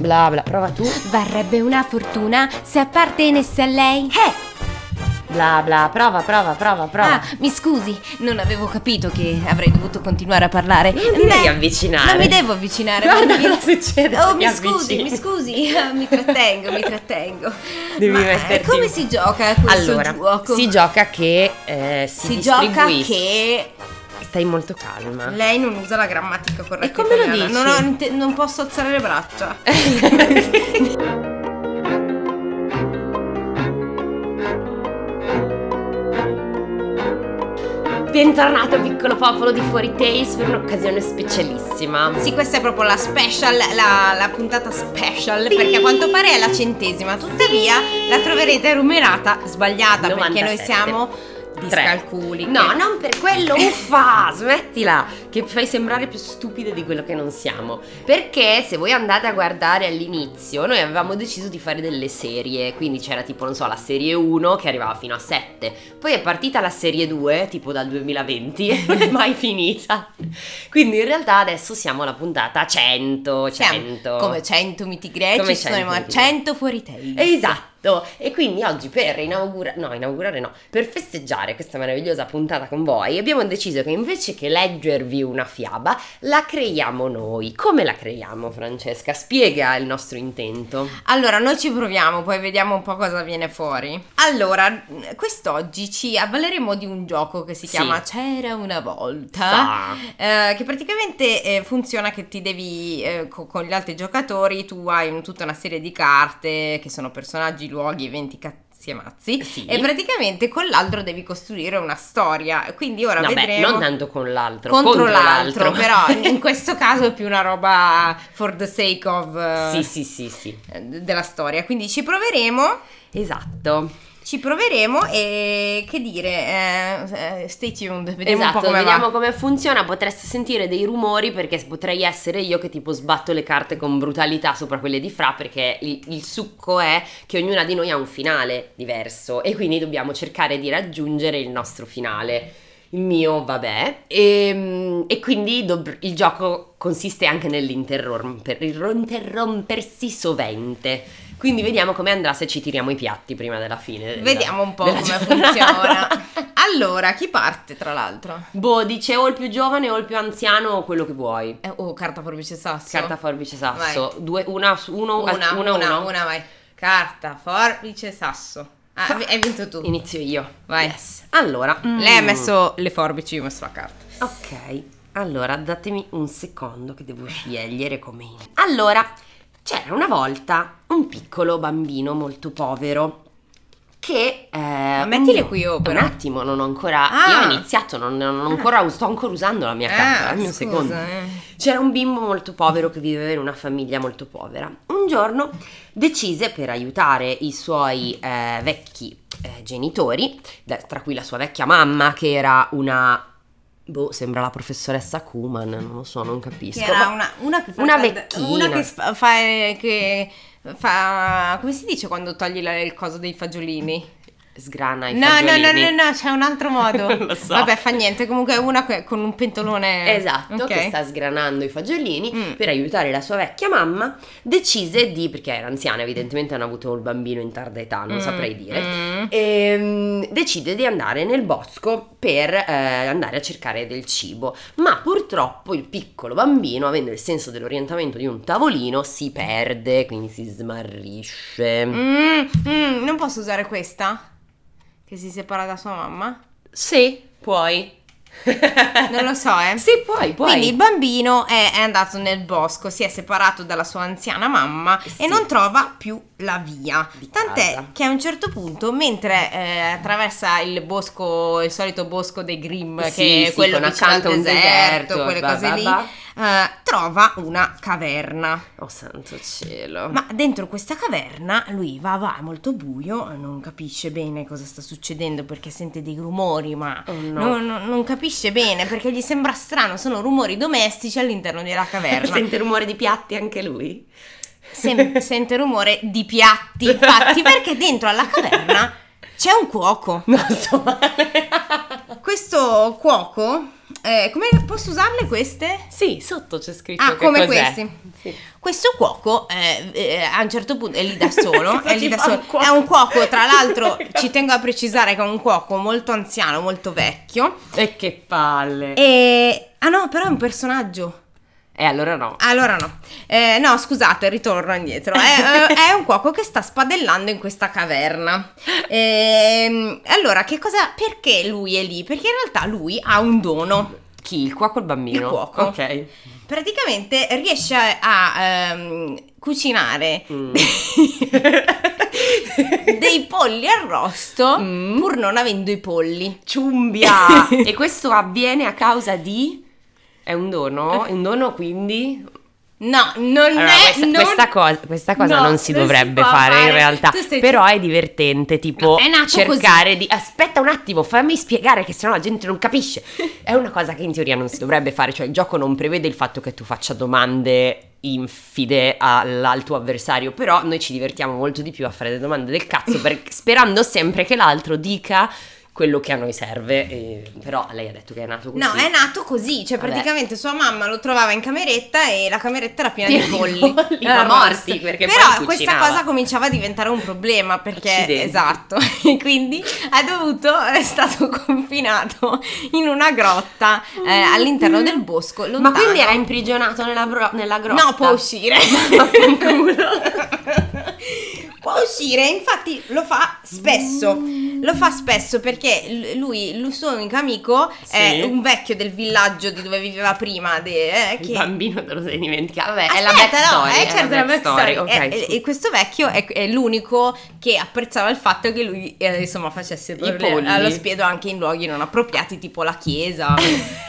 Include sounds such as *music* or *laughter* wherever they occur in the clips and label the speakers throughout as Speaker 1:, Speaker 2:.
Speaker 1: bla bla, prova tu,
Speaker 2: Varrebbe una fortuna se appartenesse a lei. Eh!
Speaker 1: bla bla, prova, prova, prova, prova.
Speaker 2: Ah, mi scusi, non avevo capito che avrei dovuto continuare a parlare.
Speaker 1: non ti devi
Speaker 2: eh, Beh,
Speaker 1: avvicinare.
Speaker 2: Non mi devo avvicinare.
Speaker 1: Guarda
Speaker 2: non mi-
Speaker 1: cosa succede.
Speaker 2: *laughs*
Speaker 1: se ti
Speaker 2: Oh, mi scusi,
Speaker 1: avvicini.
Speaker 2: mi scusi, *laughs* Ah, mi trattengo, mi trattengo.
Speaker 1: Devi
Speaker 2: Ma eh,
Speaker 1: metterti-
Speaker 2: come si gioca a questo
Speaker 1: Allora,
Speaker 2: gioco?
Speaker 1: si gioca che eh, si,
Speaker 2: Si gioca
Speaker 1: distribuisca.
Speaker 2: che
Speaker 1: Stai molto calma.
Speaker 2: lei non usa la grammatica corretta.
Speaker 1: E come lo
Speaker 2: italiana.
Speaker 1: dici?
Speaker 2: Non, ho inte- non posso alzare le braccia.
Speaker 1: Bentornato piccolo popolo di Fuori Tales per un'occasione specialissima.
Speaker 2: Sì, questa è proprio la special, la, la puntata special,
Speaker 1: Sì.
Speaker 2: perché a quanto pare è la centesima. Tuttavia, la troverete numerata sbagliata, perché noi
Speaker 1: 97.
Speaker 2: siamo discalculi.
Speaker 1: No, non per
Speaker 2: *laughs*
Speaker 1: quello, uffa, smettila, che fai sembrare più stupide di quello che non siamo. Perché se voi andate a guardare all'inizio, noi avevamo deciso di fare delle serie, quindi c'era tipo, non so, la serie 1 che arrivava fino a 7, poi è partita la serie 2, tipo dal 2020, e *laughs* non è mai finita. Quindi in realtà adesso siamo alla puntata 100, 100.
Speaker 2: Siamo come 100 miti greci,
Speaker 1: Come
Speaker 2: ci sono
Speaker 1: 100
Speaker 2: ma
Speaker 1: miti greci.
Speaker 2: 100 fuori tesi.
Speaker 1: Esatto, e quindi oggi per inaugurare, no, inaugurare no, per festeggiare questa meravigliosa puntata con voi, abbiamo deciso che invece che leggervi una fiaba, la creiamo noi. Come la creiamo, Francesca? Spiega il nostro intento.
Speaker 2: Allora, noi ci proviamo, poi vediamo un po' cosa viene fuori. Allora, quest'oggi ci avvaleremo di un gioco che si
Speaker 1: Sì.
Speaker 2: chiama C'era una volta.
Speaker 1: Sa.
Speaker 2: Eh, che praticamente eh, funziona che ti devi eh, co- con gli altri giocatori tu hai un- tutta una serie di carte che sono personaggi, luoghi, eventi cazzi e mazzi
Speaker 1: Sì.
Speaker 2: e praticamente con l'altro devi costruire una storia quindi ora
Speaker 1: Vabbè,
Speaker 2: vedremo
Speaker 1: non tanto con l'altro,
Speaker 2: contro, l'altro, però
Speaker 1: ma- *laughs*
Speaker 2: in questo caso è più una roba for the sake of eh,
Speaker 1: sì, sì, sì, sì.
Speaker 2: eh, della storia quindi ci proveremo
Speaker 1: Esatto.
Speaker 2: ci proveremo e che dire eh, eh, stay tuned vediamo
Speaker 1: esatto,
Speaker 2: un po' come va.
Speaker 1: vediamo come funziona. Potreste sentire dei rumori perché potrei essere io che tipo sbatto le carte con brutalità sopra quelle di Fra perché il, il succo è che ognuna di noi ha un finale diverso e quindi dobbiamo cercare di raggiungere il nostro finale. Il mio, vabbè. Ehm, E, e quindi dov- il gioco consiste anche nell'interromper- interrompersi sovente. Quindi vediamo come andrà se ci tiriamo i piatti prima della fine. della-
Speaker 2: Vediamo un po'
Speaker 1: Eh, della
Speaker 2: come
Speaker 1: *laughs* giornata.
Speaker 2: funziona. Allora, chi parte tra l'altro?
Speaker 1: Boh, dice o il più giovane o il più anziano o quello che vuoi.
Speaker 2: Eh, oh, carta forbice sasso.
Speaker 1: Carta, forbice, sasso. Due, una, su- uno,
Speaker 2: una,
Speaker 1: una,
Speaker 2: una,
Speaker 1: uno.
Speaker 2: una, vai. Carta forbice sasso. Ah,
Speaker 1: Fa-
Speaker 2: hai vinto tu.
Speaker 1: Inizio io.
Speaker 2: Vai.
Speaker 1: Yes. Allora. mm,
Speaker 2: Lei ha messo le forbici, io ho messo la carta.
Speaker 1: Ok. Allora, datemi un secondo che devo scegliere come... in- Allora, c'era una volta un piccolo bambino molto povero che... Eh,
Speaker 2: mettile
Speaker 1: un-
Speaker 2: qui, oh,
Speaker 1: Un
Speaker 2: però.
Speaker 1: attimo, non ho ancora...
Speaker 2: Ah.
Speaker 1: Io ho iniziato, non, non ho ancora, sto ancora usando la mia carta,
Speaker 2: Ah,
Speaker 1: è il mio
Speaker 2: scusa,
Speaker 1: secondo.
Speaker 2: eh.
Speaker 1: C'era un bimbo molto povero che viveva in una famiglia molto povera. Un giorno decise per aiutare i suoi eh, vecchi eh, genitori, da- tra cui la sua vecchia mamma che era una... Boh, sembra la professoressa Kuman, non lo so, non capisco.
Speaker 2: Che era
Speaker 1: Ma-
Speaker 2: una, una che fa
Speaker 1: Una
Speaker 2: card-
Speaker 1: vecchina.
Speaker 2: Una che fa, fa- che fa- Come si dice quando togli la- il coso dei fagiolini?
Speaker 1: Sgrana i
Speaker 2: No, no,
Speaker 1: fagiolini.
Speaker 2: no, no, no, c'è un altro modo.
Speaker 1: Non *laughs* lo so.
Speaker 2: Vabbè, fa niente. Comunque è una que- con un pentolone.
Speaker 1: Esatto,
Speaker 2: Ok.
Speaker 1: che sta sgranando i fagiolini
Speaker 2: Mm.
Speaker 1: per aiutare la sua vecchia mamma, decise di, perché era anziana, evidentemente hanno avuto il bambino in tarda età, non
Speaker 2: Mm,
Speaker 1: saprei dire,
Speaker 2: mm.
Speaker 1: Ehm, decide di andare nel bosco per eh, andare a cercare del cibo, ma purtroppo il piccolo bambino, avendo il senso dell'orientamento di un tavolino, si perde, quindi si smarrisce.
Speaker 2: Mm, mm, non posso usare questa? Che si separa da sua mamma?
Speaker 1: Sì, puoi.
Speaker 2: Non lo so,
Speaker 1: *laughs*
Speaker 2: eh.
Speaker 1: Sì, puoi, puoi.
Speaker 2: Quindi il bambino è, è andato nel bosco, si è separato dalla sua anziana mamma
Speaker 1: Sì.
Speaker 2: e non trova più la via.
Speaker 1: Di
Speaker 2: Tant'è
Speaker 1: casa.
Speaker 2: che a un certo punto, mentre eh, attraversa il bosco, il solito bosco dei Grimm,
Speaker 1: Sì,
Speaker 2: che è
Speaker 1: sì,
Speaker 2: quello
Speaker 1: con
Speaker 2: vicino al
Speaker 1: accanto a un
Speaker 2: deserto,
Speaker 1: deserto,
Speaker 2: quelle
Speaker 1: va,
Speaker 2: cose
Speaker 1: va,
Speaker 2: lì,
Speaker 1: va.
Speaker 2: eh, trova una caverna.
Speaker 1: Oh santo cielo.
Speaker 2: Ma dentro questa caverna lui va, va, è molto buio, non capisce bene cosa sta succedendo perché sente dei rumori, ma
Speaker 1: Oh, no.
Speaker 2: non, non- non capisce bene perché gli sembra strano, sono rumori domestici all'interno della caverna.
Speaker 1: Sente rumore di piatti anche lui.
Speaker 2: *laughs* Sem- sente rumore di piatti, infatti, perché dentro alla caverna c'è un cuoco.
Speaker 1: Non so male.
Speaker 2: Questo cuoco Eh, come posso usarle queste?
Speaker 1: Sì, sotto c'è scritto
Speaker 2: Ah,
Speaker 1: che cos'è.
Speaker 2: come questi.
Speaker 1: Sì.
Speaker 2: Questo cuoco eh, eh, a un certo punto è lì
Speaker 1: *laughs*
Speaker 2: da solo,
Speaker 1: Cosa
Speaker 2: è lì
Speaker 1: ci
Speaker 2: da
Speaker 1: fa
Speaker 2: solo.
Speaker 1: un cuoco?
Speaker 2: È un cuoco, tra
Speaker 1: *laughs*
Speaker 2: l'altro, ci tengo a precisare che è un cuoco molto anziano, molto vecchio.
Speaker 1: E che palle. E...
Speaker 2: E ah no, però è un personaggio.
Speaker 1: allora no.
Speaker 2: Allora no, Eh, no scusate, ritorno indietro. È, eh, è un cuoco che sta spadellando in questa caverna. Ehm, allora, che cosa? Perché lui è lì? Perché in realtà lui ha un dono.
Speaker 1: Chi? Il cuoco o il bambino?
Speaker 2: Il cuoco. *laughs*
Speaker 1: Ok.
Speaker 2: Praticamente riesce a, a, ehm, cucinare
Speaker 1: Mm.
Speaker 2: *laughs* dei polli arrosto
Speaker 1: Mm.
Speaker 2: pur non avendo i polli.
Speaker 1: Ciumbia! e questo avviene a causa di... È un
Speaker 2: *laughs*
Speaker 1: dono? È un dono quindi?
Speaker 2: No, non
Speaker 1: Allora,
Speaker 2: è.
Speaker 1: questa,
Speaker 2: non-
Speaker 1: questa cosa, questa cosa
Speaker 2: No,
Speaker 1: non si
Speaker 2: non si
Speaker 1: dovrebbe
Speaker 2: può
Speaker 1: fare, in
Speaker 2: fare.
Speaker 1: realtà,
Speaker 2: Tu stai-
Speaker 1: però è divertente, tipo
Speaker 2: No, è nato
Speaker 1: cercare di... Aspetta un attimo, fammi spiegare che sennò la gente non
Speaker 2: *laughs*
Speaker 1: capisce. È una cosa che in teoria non si dovrebbe fare, cioè il gioco non prevede il fatto che tu faccia domande infide al, al tuo avversario, però noi ci divertiamo molto di più a fare le domande del cazzo,
Speaker 2: *laughs*
Speaker 1: per- sperando sempre che l'altro dica quello che a noi serve, e- però lei ha detto che è nato così.
Speaker 2: No, è nato così, cioè
Speaker 1: Vabbè.
Speaker 2: praticamente sua mamma lo trovava in cameretta e la cameretta era piena di
Speaker 1: Piena di
Speaker 2: polli,
Speaker 1: *laughs* polli,
Speaker 2: Era
Speaker 1: ma morti,
Speaker 2: morti.
Speaker 1: perché
Speaker 2: Però
Speaker 1: poi
Speaker 2: questa
Speaker 1: cucinava.
Speaker 2: cosa cominciava a diventare un problema perché
Speaker 1: Accidenti.
Speaker 2: esatto, *laughs* e quindi ha dovuto è stato *laughs* confinato in una grotta eh, all'interno del bosco lontano.
Speaker 1: Ma quindi era imprigionato nella, bro- nella grotta?
Speaker 2: No, può uscire. *laughs* può uscire, infatti lo fa *laughs* spesso. Lo fa spesso perché l- lui, il suo unico amico,
Speaker 1: Sì.
Speaker 2: è un vecchio del villaggio di dove viveva prima. de- eh,
Speaker 1: Il
Speaker 2: che-
Speaker 1: bambino te lo sei dimenticato. Vabbè, è
Speaker 2: Aspetta,
Speaker 1: la backstory.
Speaker 2: no, è certo la backstory. Eh,
Speaker 1: ok,
Speaker 2: E-
Speaker 1: scusa.
Speaker 2: e, e questo vecchio è, è l'unico che apprezzava il fatto che lui eh, insomma facesse problemi
Speaker 1: polli.
Speaker 2: allo spiedo anche in luoghi non appropriati tipo la chiesa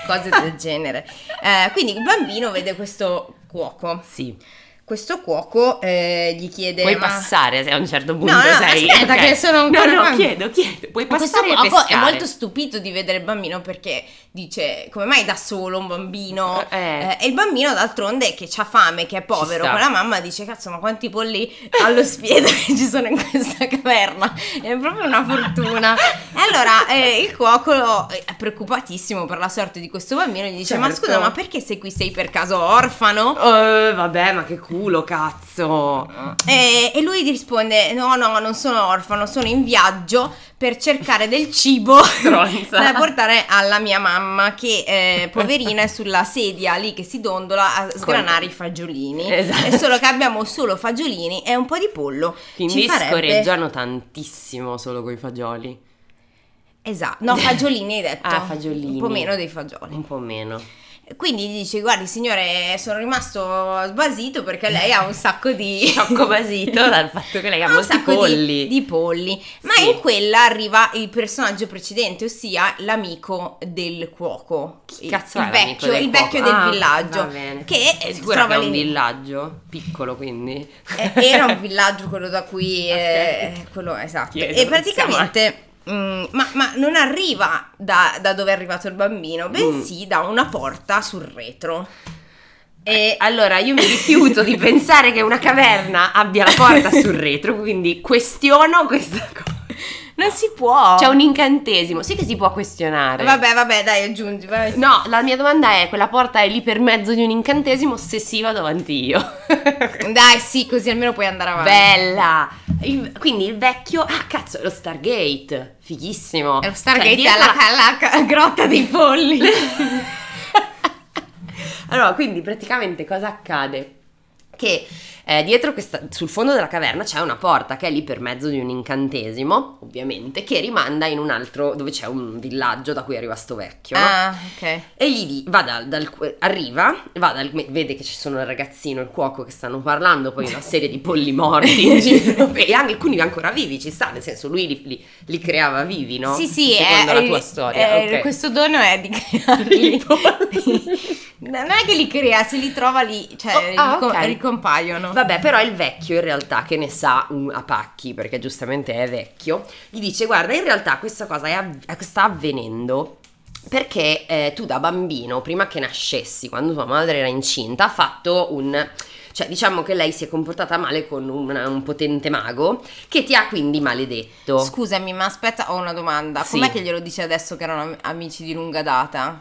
Speaker 2: cose del genere Eh, quindi il bambino vede questo cuoco
Speaker 1: Sì.
Speaker 2: questo cuoco eh, gli chiede
Speaker 1: Puoi
Speaker 2: eh, ma-
Speaker 1: passare se a un certo punto
Speaker 2: No, no,
Speaker 1: sei.
Speaker 2: aspetta,
Speaker 1: ok.
Speaker 2: che sono
Speaker 1: No,
Speaker 2: ancora
Speaker 1: no,
Speaker 2: qua.
Speaker 1: chiedo, chiedo. Puoi
Speaker 2: Ma questo
Speaker 1: passare e
Speaker 2: cuoco è
Speaker 1: pescare.
Speaker 2: molto stupito di vedere il bambino perché dice come mai da solo un bambino
Speaker 1: Eh.
Speaker 2: Eh, e il bambino d'altronde che ha fame che è povero
Speaker 1: sta.
Speaker 2: con la mamma dice cazzo ma quanti polli allo spiedo che ci sono in questa caverna è proprio una fortuna e allora eh, il cuoco è preoccupatissimo per la sorte di questo bambino e gli dice ma
Speaker 1: Certo.
Speaker 2: scusa ma perché sei qui sei per caso orfano
Speaker 1: Eh, vabbè, ma che culo, cazzo.
Speaker 2: Ah. E, e lui gli risponde: No, no, non sono orfano, sono in viaggio per cercare del cibo
Speaker 1: Stronza.
Speaker 2: da portare alla mia mamma, che eh, poverina è sulla sedia lì che si dondola a sgranare i fagiolini.
Speaker 1: Esatto.
Speaker 2: È solo che abbiamo solo fagiolini e un po' di pollo.
Speaker 1: Quindi
Speaker 2: Ci farebbe-
Speaker 1: scorreggiano tantissimo solo con i fagioli.
Speaker 2: Esatto, no, fagiolini hai detto.
Speaker 1: Ah, fagiolini.
Speaker 2: Un po' meno dei fagioli.
Speaker 1: Un po'
Speaker 2: *laughs*
Speaker 1: meno.
Speaker 2: Quindi gli dice: Guardi, signore, sono rimasto sbasito perché lei ha un sacco di.
Speaker 1: Sciocco basito dal fatto che lei ha
Speaker 2: un
Speaker 1: molti
Speaker 2: sacco di-
Speaker 1: polli.
Speaker 2: Di, polli. Ma
Speaker 1: Sì.
Speaker 2: in quella arriva il personaggio precedente, ossia l'amico del cuoco.
Speaker 1: Chi
Speaker 2: Il-
Speaker 1: cazzo
Speaker 2: il
Speaker 1: è l'amico
Speaker 2: vecchio,
Speaker 1: del
Speaker 2: il vecchio
Speaker 1: cuoco?
Speaker 2: del
Speaker 1: Ah, va
Speaker 2: villaggio.
Speaker 1: bene.
Speaker 2: Che
Speaker 1: È
Speaker 2: eh,
Speaker 1: sicura che è
Speaker 2: trova
Speaker 1: un
Speaker 2: lì-
Speaker 1: villaggio piccolo, quindi.
Speaker 2: eh, era un villaggio quello da
Speaker 1: *laughs*
Speaker 2: cui eh,
Speaker 1: Ok.
Speaker 2: quello esatto.
Speaker 1: Chiedo,
Speaker 2: e praticamente. mm, ma, ma non arriva da, da dove è arrivato il bambino, bensì
Speaker 1: Mm.
Speaker 2: da una porta sul retro. eh,
Speaker 1: E *laughs* allora io mi rifiuto di pensare che una caverna abbia la porta sul retro, quindi questiono questa cosa.
Speaker 2: Non si può.
Speaker 1: C'è un incantesimo, sì che si può questionare.
Speaker 2: Vabbè, vabbè, dai, aggiungi. vai.
Speaker 1: *laughs* No, la mia domanda è, quella porta è lì per mezzo di un incantesimo se sì vado avanti
Speaker 2: *laughs*
Speaker 1: io.
Speaker 2: Dai, sì, così almeno puoi andare avanti.
Speaker 1: Bella! Il- quindi il vecchio, ah cazzo, è lo Stargate, fighissimo.
Speaker 2: È lo Stargate
Speaker 1: Cioè, dietro
Speaker 2: alla,
Speaker 1: la-
Speaker 2: alla ca- grotta
Speaker 1: *laughs*
Speaker 2: dei polli. *laughs*
Speaker 1: Allora, quindi praticamente cosa accade? Che eh, dietro questa, sul fondo della caverna c'è una porta che è lì per mezzo di un incantesimo, ovviamente, che rimanda in un altro dove c'è un villaggio da cui arriva sto vecchio. no?
Speaker 2: ah, ok.
Speaker 1: E gli di- va dal, dal- arriva, va dal- vede che ci sono il ragazzino e il cuoco che stanno parlando, poi una serie di polli morti in
Speaker 2: *laughs*
Speaker 1: giro, e anche, alcuni ancora vivi, ci sta, nel senso lui li, li- li creava vivi, no?
Speaker 2: Sì, sì,
Speaker 1: Secondo
Speaker 2: è-
Speaker 1: la tua
Speaker 2: è-
Speaker 1: storia.
Speaker 2: è-
Speaker 1: ok. *laughs*
Speaker 2: Questo dono è di crearli.
Speaker 1: I polli.
Speaker 2: No, non è che li crea, se li trova lì, cioè
Speaker 1: Oh, ah,
Speaker 2: ricom-
Speaker 1: ok.
Speaker 2: ricompaiono.
Speaker 1: Vabbè, però il vecchio in realtà che ne sa un- a pacchi, perché giustamente è vecchio, gli dice: Guarda, in realtà questa cosa è av- sta avvenendo. Perché eh, tu da bambino, prima che nascessi, quando tua madre era incinta, ha fatto un... Cioè, diciamo che lei si è comportata male con un, un potente mago che ti ha quindi maledetto.
Speaker 2: Scusami, ma aspetta, ho una domanda.
Speaker 1: Oh. Sì.
Speaker 2: Com'è che glielo dice adesso che erano am- amici di lunga data?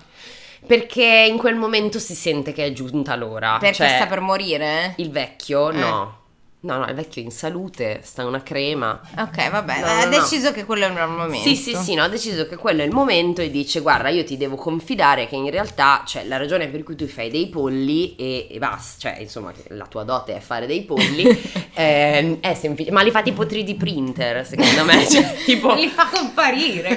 Speaker 1: Perché in quel momento si sente che è giunta l'ora.
Speaker 2: Perché
Speaker 1: cioè,
Speaker 2: sta per morire?
Speaker 1: il vecchio
Speaker 2: Eh.
Speaker 1: no. No, no, il vecchio è in salute, sta una crema.
Speaker 2: Ok, vabbè,
Speaker 1: No,
Speaker 2: ha
Speaker 1: no, no.
Speaker 2: deciso che quello è un armamento.
Speaker 1: Sì, sì, sì, no, ha deciso che quello è il momento e dice guarda io ti devo confidare che in realtà cioè, la ragione per cui tu fai dei polli e, e basta, cioè insomma che la tua dote è fare dei polli, ehm, è semplice, ma li fa tipo 3D printer secondo me,
Speaker 2: *laughs*
Speaker 1: cioè, tipo...
Speaker 2: Li fa comparire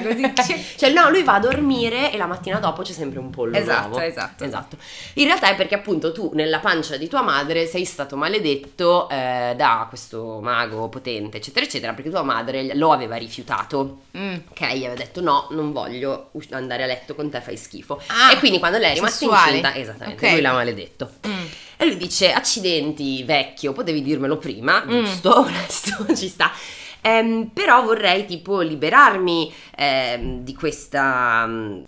Speaker 1: *laughs*
Speaker 2: così. c'è-
Speaker 1: Cioè, no, lui va a dormire e la mattina dopo c'è sempre un pollo
Speaker 2: Esatto,
Speaker 1: nuovo.
Speaker 2: esatto.
Speaker 1: Esatto. In realtà è perché appunto tu nella pancia di tua madre sei stato maledetto eh, da questo mago potente, eccetera, eccetera, perché tua madre lo aveva rifiutato.
Speaker 2: Mm.
Speaker 1: Ok, gli aveva detto no, non voglio us- andare a letto con te, fai schifo.
Speaker 2: Ah,
Speaker 1: e quindi quando lei è rimasta
Speaker 2: sessuale.
Speaker 1: incinta, esattamente,
Speaker 2: Ok.
Speaker 1: lui l'ha maledetto.
Speaker 2: Mm.
Speaker 1: E lui dice: Accidenti, vecchio, potevi dirmelo prima,
Speaker 2: Mm.
Speaker 1: giusto? *laughs* Onesto, ci sta. Ehm, però vorrei tipo liberarmi ehm, di questa mm,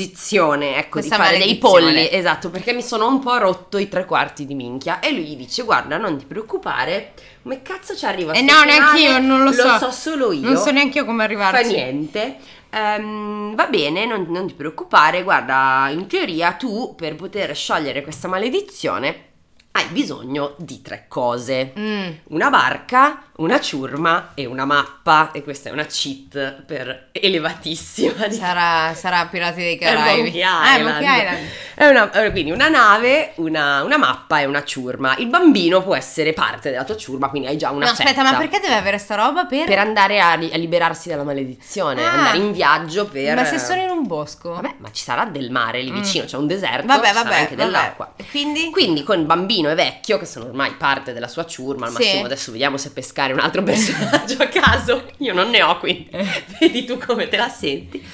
Speaker 1: imposizione, ecco,
Speaker 2: Questa
Speaker 1: di fare dei
Speaker 2: maledizione.
Speaker 1: polli, esatto, perché mi sono un po' rotto i tre quarti di minchia. E lui gli dice: Guarda, non ti preoccupare, come cazzo ci arriva?
Speaker 2: Eh
Speaker 1: sto
Speaker 2: no,
Speaker 1: canale?
Speaker 2: neanche io, non lo so.
Speaker 1: Lo so solo io.
Speaker 2: Non so neanche io come
Speaker 1: Fa
Speaker 2: arrivarci.
Speaker 1: niente. Ehm, va bene, non, non ti preoccupare. Guarda, in teoria tu per poter sciogliere questa maledizione hai bisogno di tre cose.
Speaker 2: Mm.
Speaker 1: Una barca, una ciurma e una mappa. E questa è una cheat per elevatissima.
Speaker 2: Certo.
Speaker 1: di-
Speaker 2: Sarà, sarà Pirati dei
Speaker 1: per
Speaker 2: Caraibi.
Speaker 1: Monkey
Speaker 2: Ah,
Speaker 1: Island.
Speaker 2: Monkey Island.
Speaker 1: È una- eh, quindi una nave, una, una mappa e una ciurma. Il bambino può essere parte della tua ciurma, quindi hai già una
Speaker 2: no, aspetta,
Speaker 1: fetta
Speaker 2: ma perché deve avere sta roba per...
Speaker 1: per andare a, li- a liberarsi dalla maledizione,
Speaker 2: Ah.
Speaker 1: andare in viaggio per...
Speaker 2: Ma se sono in un bosco?
Speaker 1: Vabbè, ma ci sarà del mare lì
Speaker 2: Mm.
Speaker 1: vicino, c'è un deserto,
Speaker 2: vabbè,
Speaker 1: ci sarà
Speaker 2: vabbè,
Speaker 1: anche
Speaker 2: vabbè.
Speaker 1: dell'acqua.
Speaker 2: Quindi?
Speaker 1: Quindi con bambino e vecchio, che sono ormai parte della sua ciurma, al
Speaker 2: Sì.
Speaker 1: massimo adesso vediamo se pescare un altro *laughs* personaggio a caso, io non ne ho quindi
Speaker 2: Eh.
Speaker 1: *laughs* vedi tu come te la senti,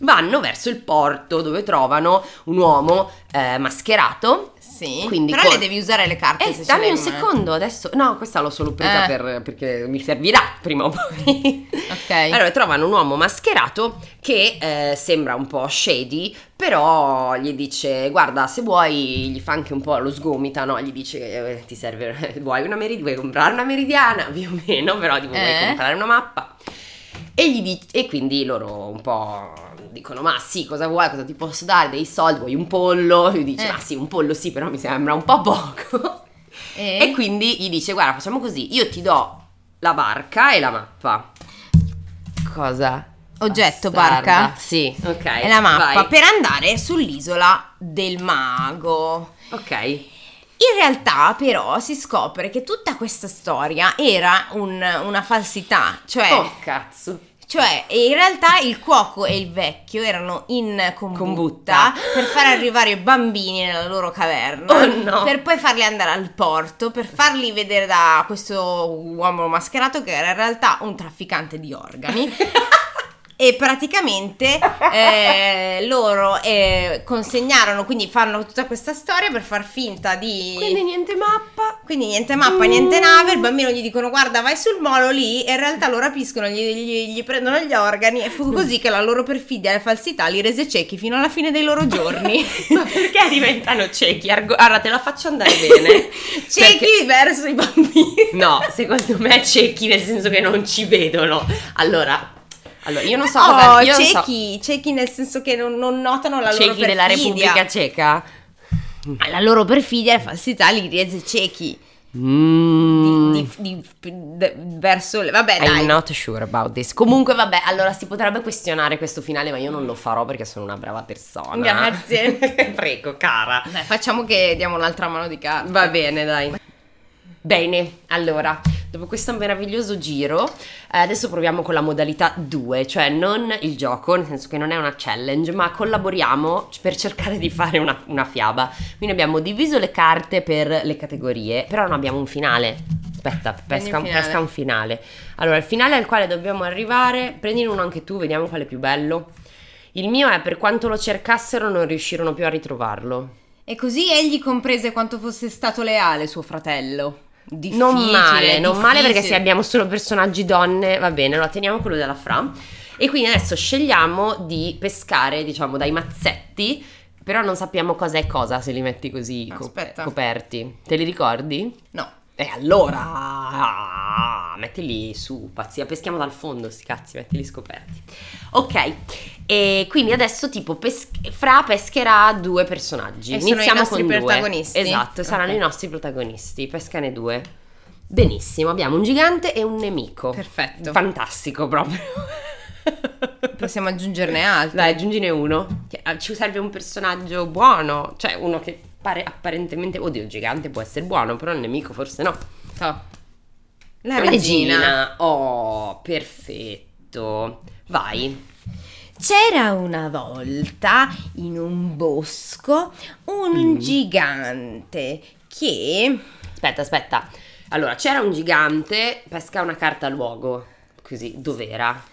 Speaker 1: vanno verso il porto dove trovano un uomo eh, mascherato
Speaker 2: Sì.
Speaker 1: Quindi
Speaker 2: Però
Speaker 1: con-
Speaker 2: le devi usare le carte.
Speaker 1: eh,
Speaker 2: se ce
Speaker 1: dammi
Speaker 2: l'hai
Speaker 1: un
Speaker 2: in mano.
Speaker 1: secondo adesso. No, questa l'ho solo presa
Speaker 2: Ah.
Speaker 1: per- perché mi servirà prima o poi.
Speaker 2: Ok.
Speaker 1: Allora trovano un uomo mascherato che eh, sembra un po' shady, però gli dice guarda se vuoi gli fa anche un po' lo sgomita, no? Gli dice eh, ti serve, *laughs* vuoi una meridiana, vuoi comprare una meridiana *laughs* più o meno, però tipo,
Speaker 2: Eh.
Speaker 1: vuoi comprare una mappa. E, gli dic- e quindi loro un po' dicono ma sì cosa vuoi, cosa ti posso dare, dei soldi, vuoi un pollo? Lui dice
Speaker 2: Eh.
Speaker 1: ma sì un pollo sì però mi sembra un po' poco. *laughs*
Speaker 2: E?
Speaker 1: E quindi gli dice: Guarda, facciamo così, io ti do la barca e la mappa. Cosa?
Speaker 2: Oggetto,
Speaker 1: Bastarda.
Speaker 2: barca?
Speaker 1: Sì, ok.
Speaker 2: E la mappa
Speaker 1: vai.
Speaker 2: per andare sull'isola del mago.
Speaker 1: Ok.
Speaker 2: In realtà, però, si scopre che tutta questa storia era un- una falsità. Cioè,
Speaker 1: Oh, cazzo. *laughs*
Speaker 2: Cioè, in realtà il cuoco e il vecchio erano in combutta,
Speaker 1: Combutta.
Speaker 2: per far arrivare i bambini nella loro caverna,
Speaker 1: Oh, no.
Speaker 2: per poi farli andare al porto, per farli vedere da questo uomo mascherato che era in realtà un trafficante di organi.
Speaker 1: *laughs*
Speaker 2: E praticamente eh, loro eh, consegnarono, quindi fanno tutta questa storia per far finta di...
Speaker 1: Quindi niente mappa.
Speaker 2: Quindi niente mappa,
Speaker 1: Mm.
Speaker 2: niente nave, il bambino gli dicono guarda vai sul molo lì e in realtà lo rapiscono, gli, gli- gli prendono gli organi e
Speaker 1: Mm.
Speaker 2: fu così che la loro perfidia e falsità li rese ciechi fino alla fine dei loro giorni. *laughs*
Speaker 1: Ma perché diventano ciechi? Argo- Guarda, te la faccio andare *laughs* bene.
Speaker 2: ciechi
Speaker 1: Perché-
Speaker 2: verso i bambini.
Speaker 1: No, secondo me ciechi nel senso che non ci vedono. Allora, allora io non so cosa.
Speaker 2: oh,
Speaker 1: io non so-
Speaker 2: ciechi, ciechi nel senso che non, non notano la loro
Speaker 1: ciechi
Speaker 2: perfidia.
Speaker 1: della Repubblica Ceca.
Speaker 2: La loro perfidia e falsità li rese ciechi
Speaker 1: Mm.
Speaker 2: di, di- di- verso le... Vabbè
Speaker 1: I'm
Speaker 2: dai.
Speaker 1: not sure about this. Comunque, vabbè, allora si potrebbe questionare questo finale, ma io non lo farò perché sono una brava persona.
Speaker 2: Grazie.
Speaker 1: *laughs* Prego, cara.
Speaker 2: Dai, facciamo che diamo un'altra mano di carta.
Speaker 1: Va bene, dai. Bene, allora, dopo questo meraviglioso giro, eh, adesso proviamo con la modalità 2, cioè non il gioco, nel senso che non è una challenge, ma collaboriamo per cercare di fare una, una fiaba. Quindi abbiamo diviso le carte per le categorie, però non abbiamo un finale. Aspetta, pesca,
Speaker 2: un finale.
Speaker 1: pesca un finale. Allora, il finale al quale dobbiamo arrivare, prendine uno anche tu, vediamo quale è più bello. Il mio è per quanto lo cercassero non riuscirono più a ritrovarlo.
Speaker 2: E così egli comprese quanto fosse stato leale suo fratello. Difficile,
Speaker 1: non male, non male perché se
Speaker 2: difficile.
Speaker 1: abbiamo solo personaggi donne, va bene, allora teniamo quello della Fra. E quindi adesso scegliamo di pescare, diciamo, dai mazzetti, però non sappiamo cosa è cosa se li metti così co-
Speaker 2: Aspetta.
Speaker 1: coperti. Te li ricordi?
Speaker 2: No.
Speaker 1: E allora mettili Ah, su, pazzia, peschiamo dal fondo, sti cazzi, mettili scoperti. Ok, e quindi adesso tipo pes- Fra pescherà due personaggi.
Speaker 2: E sono i
Speaker 1: Iniziamo
Speaker 2: nostri
Speaker 1: con due.
Speaker 2: protagonisti?
Speaker 1: Esatto, saranno
Speaker 2: Ok.
Speaker 1: i nostri protagonisti, pescane due. Benissimo, abbiamo un gigante e un nemico.
Speaker 2: Perfetto.
Speaker 1: Fantastico proprio.
Speaker 2: *laughs* Possiamo aggiungerne altri.
Speaker 1: Dai, aggiungine uno. Che- ah, Ci serve un personaggio buono, cioè uno che pare apparentemente... Oddio, il gigante può essere buono, però il nemico forse no.
Speaker 2: Top. La Eh, regina.
Speaker 1: Oh, perfetto. Vai.
Speaker 2: C'era una volta in un bosco un
Speaker 1: Mm.
Speaker 2: gigante che
Speaker 1: Aspetta, aspetta. Allora, c'era un gigante, pesca una carta a luogo. Così, dov'era?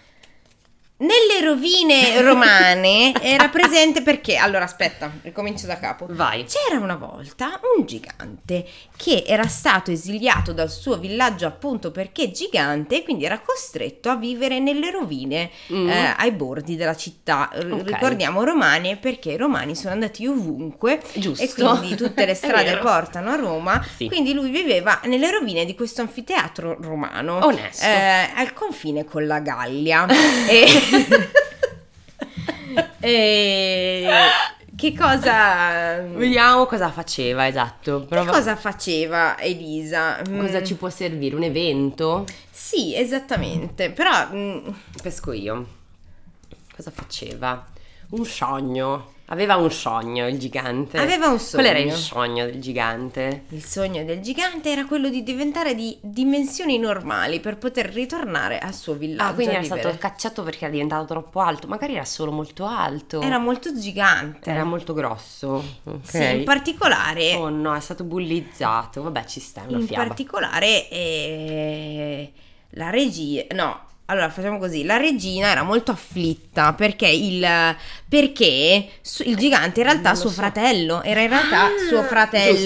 Speaker 2: nelle rovine
Speaker 1: *laughs*
Speaker 2: romane era presente perché allora aspetta, ricomincio da capo.
Speaker 1: Vai.
Speaker 2: C'era una volta un gigante che era stato esiliato dal suo villaggio appunto perché gigante e quindi era costretto a vivere nelle rovine
Speaker 1: Mm.
Speaker 2: eh, ai bordi della città. R-
Speaker 1: Ok.
Speaker 2: Ricordiamo romane perché i romani sono andati ovunque
Speaker 1: Giusto.
Speaker 2: e quindi tutte
Speaker 1: *laughs*
Speaker 2: le
Speaker 1: È
Speaker 2: strade
Speaker 1: vero.
Speaker 2: portano a Roma.
Speaker 1: Sì.
Speaker 2: Quindi lui viveva nelle rovine di questo anfiteatro romano
Speaker 1: Onesto.
Speaker 2: eh, al confine con
Speaker 1: *laughs*
Speaker 2: la Gallia. e... *laughs* E che cosa
Speaker 1: Vediamo cosa faceva, esatto.
Speaker 2: che
Speaker 1: Prova-
Speaker 2: cosa faceva Elisa? Mm,
Speaker 1: cosa ci può servire? Un evento?
Speaker 2: Sì, esattamente. Però mm,
Speaker 1: Pesco io. Cosa faceva? Un sogno. Aveva un sogno il gigante.
Speaker 2: aveva un sogno.
Speaker 1: Qual era il sogno del gigante?
Speaker 2: Il sogno del gigante era quello di diventare di dimensioni normali per poter ritornare al suo villaggio.
Speaker 1: Ah, quindi
Speaker 2: a
Speaker 1: era stato
Speaker 2: vivere.
Speaker 1: cacciato perché era diventato troppo alto. Magari era solo molto alto.
Speaker 2: Era molto gigante.
Speaker 1: Era molto grosso. Ok.
Speaker 2: Sì, in particolare,
Speaker 1: Oh no, è stato bullizzato. Vabbè, ci sta, è una
Speaker 2: in
Speaker 1: fiaba.
Speaker 2: particolare eh, la regia, no, allora facciamo così, la regina era molto afflitta perché il, perché su- il gigante in realtà
Speaker 1: Non lo
Speaker 2: suo
Speaker 1: so.
Speaker 2: fratello, era in realtà
Speaker 1: Ah,
Speaker 2: suo
Speaker 1: Giusto, perché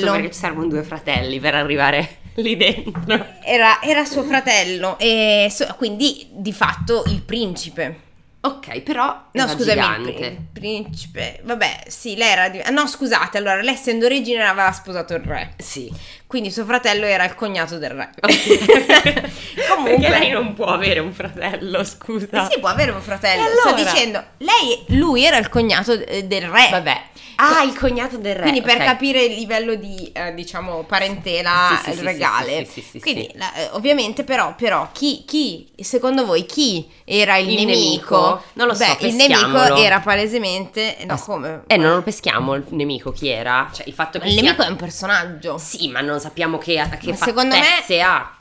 Speaker 2: fratello,
Speaker 1: ci servono due fratelli per arrivare *laughs* lì dentro.
Speaker 2: era, era suo fratello e so- quindi di fatto il principe.
Speaker 1: Ok, però...
Speaker 2: No,
Speaker 1: era
Speaker 2: scusami, il
Speaker 1: gigante.
Speaker 2: pri- il principe. Vabbè, sì, lei era. di- ah, No, scusate, allora lei essendo regina aveva sposato il re.
Speaker 1: Sì.
Speaker 2: Quindi suo fratello era il cognato del re.
Speaker 1: Perché *laughs*
Speaker 2: Comunque-
Speaker 1: lei non può avere un fratello, scusa.
Speaker 2: *laughs* Sì, può avere un fratello.
Speaker 1: E
Speaker 2: Sto
Speaker 1: allora?
Speaker 2: dicendo, lei, lui era il cognato eh, del re.
Speaker 1: Vabbè. Ah, il cognato del re.
Speaker 2: Quindi per
Speaker 1: ok.
Speaker 2: capire il livello di, eh, diciamo, parentela
Speaker 1: Sì, sì, sì, sì,
Speaker 2: regale.
Speaker 1: sì, sì, sì,
Speaker 2: Quindi,
Speaker 1: sì.
Speaker 2: la- eh, ovviamente, però, però chi, chi, secondo voi, chi era il,
Speaker 1: Il nemico? Non lo so,
Speaker 2: Beh, il nemico
Speaker 1: peschiamolo.
Speaker 2: era palesemente... No,
Speaker 1: As-
Speaker 2: come? eh,
Speaker 1: Eh, non lo peschiamo il nemico, chi era? Cioè, il fatto che
Speaker 2: Il
Speaker 1: sia-
Speaker 2: nemico è un personaggio.
Speaker 1: Sì, ma non sappiamo che, a che
Speaker 2: Ma secondo me-
Speaker 1: fattezze ha.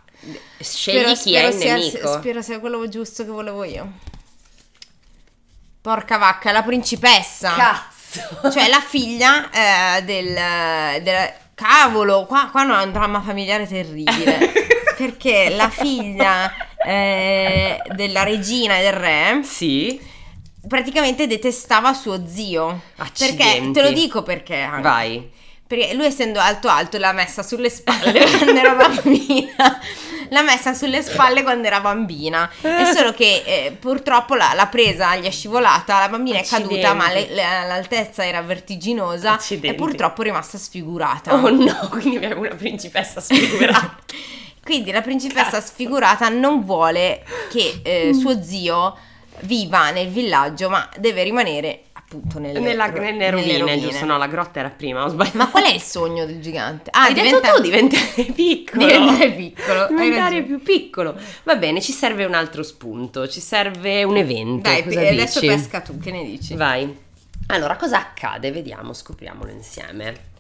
Speaker 1: Scegli
Speaker 2: Spero-
Speaker 1: chi è il
Speaker 2: spero
Speaker 1: nemico.
Speaker 2: Sia, spero sia quello giusto che volevo io. Porca vacca, la principessa.
Speaker 1: Cazzo!
Speaker 2: cioè la figlia eh, del, del- Cavolo, qua, qua non è un dramma familiare terribile.
Speaker 1: *laughs*
Speaker 2: perché la figlia eh, della regina e del re
Speaker 1: *laughs* Sì.
Speaker 2: praticamente detestava suo zio. Perché,
Speaker 1: Accidenti.
Speaker 2: te lo dico perché. anche.
Speaker 1: Vai.
Speaker 2: Perché lui essendo alto alto l'ha messa sulle spalle *laughs* quando era bambina. L'ha messa sulle spalle quando era bambina. È solo che eh, purtroppo l'ha, l'ha presa, gli è scivolata, la bambina
Speaker 1: Accidenti.
Speaker 2: è caduta, ma le- le- l'altezza era vertiginosa
Speaker 1: Accidenti.
Speaker 2: e purtroppo è rimasta sfigurata.
Speaker 1: Oh no, *laughs* quindi abbiamo una principessa
Speaker 2: Ah,
Speaker 1: sfigurata.
Speaker 2: *laughs* Quindi la principessa
Speaker 1: Cazzo. Mm.
Speaker 2: sfigurata non vuole che eh, suo zio viva nel villaggio, ma deve rimanere appunto
Speaker 1: *laughs*
Speaker 2: nelle,
Speaker 1: Nella,
Speaker 2: ro-
Speaker 1: nelle
Speaker 2: nelle
Speaker 1: rovine,
Speaker 2: rovine.
Speaker 1: giusto? No, la grotta era prima, ho *laughs* sbagliato.
Speaker 2: Ma qual è il sogno del gigante? Ah,
Speaker 1: Hai
Speaker 2: diventa-
Speaker 1: detto tu
Speaker 2: *laughs*
Speaker 1: diventare *laughs* piccolo.
Speaker 2: Diventare piccolo, hai
Speaker 1: Diventare
Speaker 2: ragione.
Speaker 1: più piccolo. Va bene, ci serve un altro spunto, ci serve un evento.
Speaker 2: Dai,
Speaker 1: cosa
Speaker 2: pe- adesso
Speaker 1: dici?
Speaker 2: pesca tu, che ne dici?
Speaker 1: Vai. Allora, cosa accade? Vediamo, scopriamolo insieme.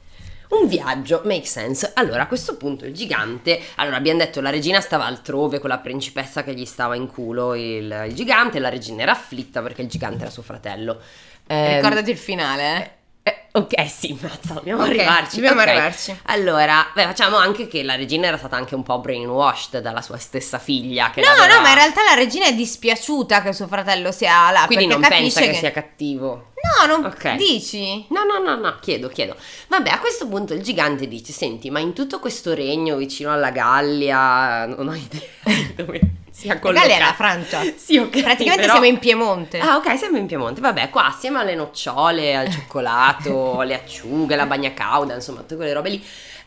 Speaker 1: Un viaggio, make sense. Allora, a questo punto il gigante. Allora, abbiamo detto la regina stava altrove con la principessa che gli stava in culo il, il gigante. La regina era afflitta perché il gigante era suo fratello. Ehm,
Speaker 2: Ricordati il finale, eh.
Speaker 1: eh, ok, sì, *laughs* mazza, dobbiamo
Speaker 2: Ok,
Speaker 1: Eh, arrivarci.
Speaker 2: Dobbiamo
Speaker 1: ok.
Speaker 2: arrivarci.
Speaker 1: Allora, beh, facciamo anche che la regina era stata anche un po' brainwashed dalla sua stessa figlia. Che
Speaker 2: No,
Speaker 1: l'aveva-
Speaker 2: no, ma in realtà la regina è dispiaciuta che suo fratello sia là.
Speaker 1: Quindi
Speaker 2: perché
Speaker 1: non pensa
Speaker 2: capisce
Speaker 1: che...
Speaker 2: che...
Speaker 1: sia cattivo.
Speaker 2: No, non
Speaker 1: Ok. *laughs*
Speaker 2: dici?
Speaker 1: No, no, no, no, chiedo, chiedo. Vabbè, a questo punto il gigante dice: Senti, ma in tutto questo regno vicino alla Gallia, non ho idea *laughs* di dove si sia
Speaker 2: La Gallia è la
Speaker 1: collocata.
Speaker 2: Francia.
Speaker 1: Sì, ok.
Speaker 2: Praticamente
Speaker 1: però-
Speaker 2: siamo in Piemonte.
Speaker 1: Ah, ok, siamo in Piemonte. Vabbè, qua assieme alle nocciole, al
Speaker 2: *laughs*
Speaker 1: cioccolato, alle acciughe, alla bagna cauda, insomma, tutte quelle robe lì.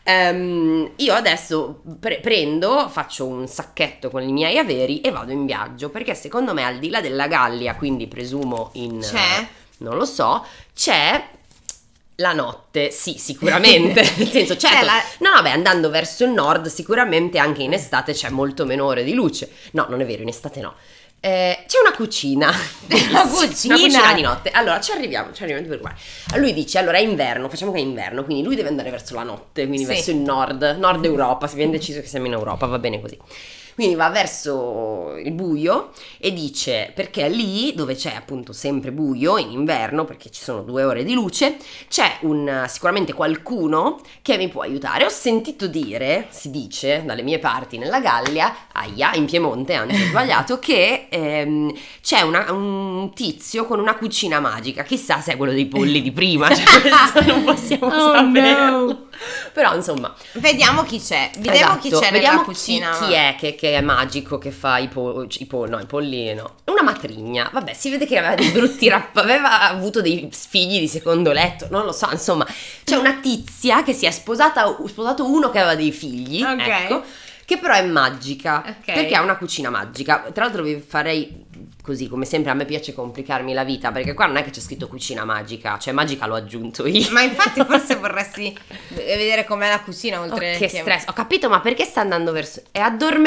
Speaker 1: ehm, io adesso pre- prendo, faccio un sacchetto con i miei averi e vado in viaggio perché secondo me al di là della Gallia, quindi presumo in
Speaker 2: C'è?
Speaker 1: non lo so, c'è la notte, sì,
Speaker 2: *laughs*
Speaker 1: sicuramente. Nel senso, certo.
Speaker 2: C'è la-
Speaker 1: No, no, beh, andando verso il nord, sicuramente anche in estate c'è molto meno ore di luce. No, non è vero, in estate no. Eh, c'è una cucina.
Speaker 2: *laughs* Una cucina?
Speaker 1: Una cucina di notte. Allora, ci arriviamo, ci arriviamo. ti preoccupare. Lui dice, allora è inverno, facciamo che è inverno, quindi lui deve andare verso la notte, quindi
Speaker 2: Sì.
Speaker 1: verso il nord, nord Europa, si viene deciso che siamo in Europa, va bene così. Quindi va verso il buio e dice perché lì dove c'è appunto sempre buio in inverno perché ci sono due ore di luce c'è un sicuramente qualcuno che mi può aiutare ho sentito dire si dice dalle mie parti nella Gallia aia in Piemonte anzi ho sbagliato *laughs* che ehm, c'è una- un tizio con una cucina magica chissà se è quello dei polli di prima
Speaker 2: *laughs*
Speaker 1: cioè, questo non possiamo
Speaker 2: Oh,
Speaker 1: saperlo
Speaker 2: no.
Speaker 1: però insomma
Speaker 2: Vediamo chi c'è. Vediamo chi
Speaker 1: Esatto,
Speaker 2: c'è
Speaker 1: vediamo
Speaker 2: nella cucina.
Speaker 1: Chi, chi è che, che è magico che fa i polli? no, i polli no. Una matrigna. Vabbè, si vede che aveva dei
Speaker 2: *laughs*
Speaker 1: brutti rap- aveva avuto dei figli di secondo letto, non lo so, insomma, c'è una tizia che si è sposata sposato uno che aveva dei figli,
Speaker 2: Ok.
Speaker 1: ecco, che però è magica,
Speaker 2: Ok.
Speaker 1: perché ha una cucina magica. Tra l'altro vi farei così, come sempre a me piace complicarmi la vita, perché qua non è che c'è scritto cucina magica, cioè magica l'ho aggiunto io.
Speaker 2: Ma infatti forse vorresti vedere com'è la cucina
Speaker 1: Oh,
Speaker 2: oltre
Speaker 1: che
Speaker 2: Piemonte.
Speaker 1: stress, ho capito, ma perché sta andando verso. È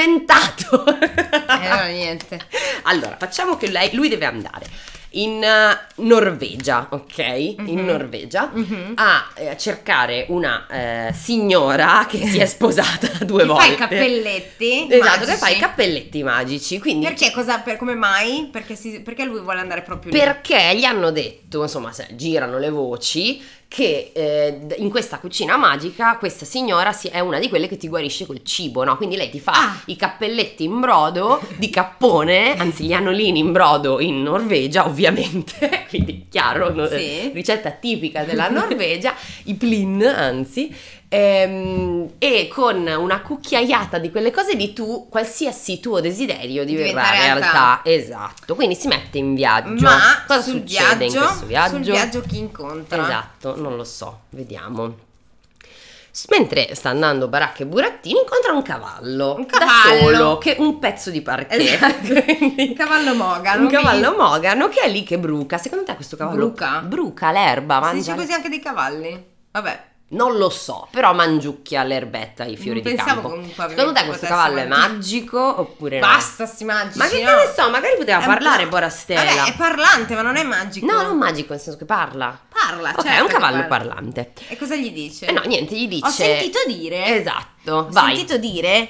Speaker 1: addormentato!
Speaker 2: Eh, allora niente.
Speaker 1: *laughs* Allora, facciamo che lei, lui deve andare in eh, Norvegia, ok? In
Speaker 2: Mhm.
Speaker 1: Norvegia
Speaker 2: Mhm.
Speaker 1: a eh, cercare una eh, signora che
Speaker 2: *laughs*
Speaker 1: si è sposata *laughs* due
Speaker 2: Che
Speaker 1: volte.
Speaker 2: fa i cappelletti.
Speaker 1: Esatto, che
Speaker 2: magici.
Speaker 1: fa i cappelletti magici. Quindi
Speaker 2: Perché cosa? per- come mai? Perché, si- perché lui vuole andare proprio lì.
Speaker 1: perché gli hanno detto, insomma, se- girano le voci che eh, d- in questa cucina magica questa signora si- è una di quelle che ti guarisce col cibo, no? Quindi lei ti fa
Speaker 2: Ah.
Speaker 1: i cappelletti in brodo di cappone, anzi gli anolini in brodo in Norvegia, ovviamente, *laughs* quindi chiaro, no-
Speaker 2: Sì.
Speaker 1: ricetta tipica della
Speaker 2: *laughs*
Speaker 1: Norvegia, i plin, anzi. ehm, e con una cucchiaiata di quelle cose lì tu qualsiasi tuo desiderio diverrà
Speaker 2: Diventa
Speaker 1: realtà.
Speaker 2: realtà.
Speaker 1: esatto quindi si mette in viaggio
Speaker 2: Ma
Speaker 1: cosa
Speaker 2: sul
Speaker 1: succede
Speaker 2: viaggio,
Speaker 1: in questo viaggio?
Speaker 2: sul viaggio chi incontra?
Speaker 1: Esatto, non lo so, vediamo. S- Mentre sta andando Baracca e Burattini incontra un cavallo,
Speaker 2: Un
Speaker 1: da
Speaker 2: cavallo.
Speaker 1: solo, che un pezzo di parquet. *laughs*
Speaker 2: Esatto. Un cavallo mogano.
Speaker 1: Un cavallo mogano che è lì che bruca. Secondo te questo cavallo
Speaker 2: Bruca?
Speaker 1: bruca l'erba,
Speaker 2: Si
Speaker 1: mangia
Speaker 2: dice così anche dei cavalli. Vabbè.
Speaker 1: Non lo so, però mangiucchia l'erbetta i fiori di
Speaker 2: Pensavo
Speaker 1: campo.
Speaker 2: comunque
Speaker 1: Secondo te questo cavallo è
Speaker 2: magico?
Speaker 1: magico oppure no?
Speaker 2: Basta sti magici.
Speaker 1: Ma che
Speaker 2: no.
Speaker 1: ne so, magari poteva
Speaker 2: È un
Speaker 1: parlare
Speaker 2: po'-
Speaker 1: Borastella.
Speaker 2: Vabbè, è parlante, ma non è magico.
Speaker 1: No, non magico, nel senso che parla.
Speaker 2: Parla,
Speaker 1: Ok,
Speaker 2: certo
Speaker 1: è un
Speaker 2: che
Speaker 1: cavallo
Speaker 2: parla.
Speaker 1: parlante.
Speaker 2: E cosa gli dice?
Speaker 1: E no, niente, gli dice.
Speaker 2: Ho sentito dire.
Speaker 1: Esatto,
Speaker 2: Ho
Speaker 1: vai.
Speaker 2: sentito dire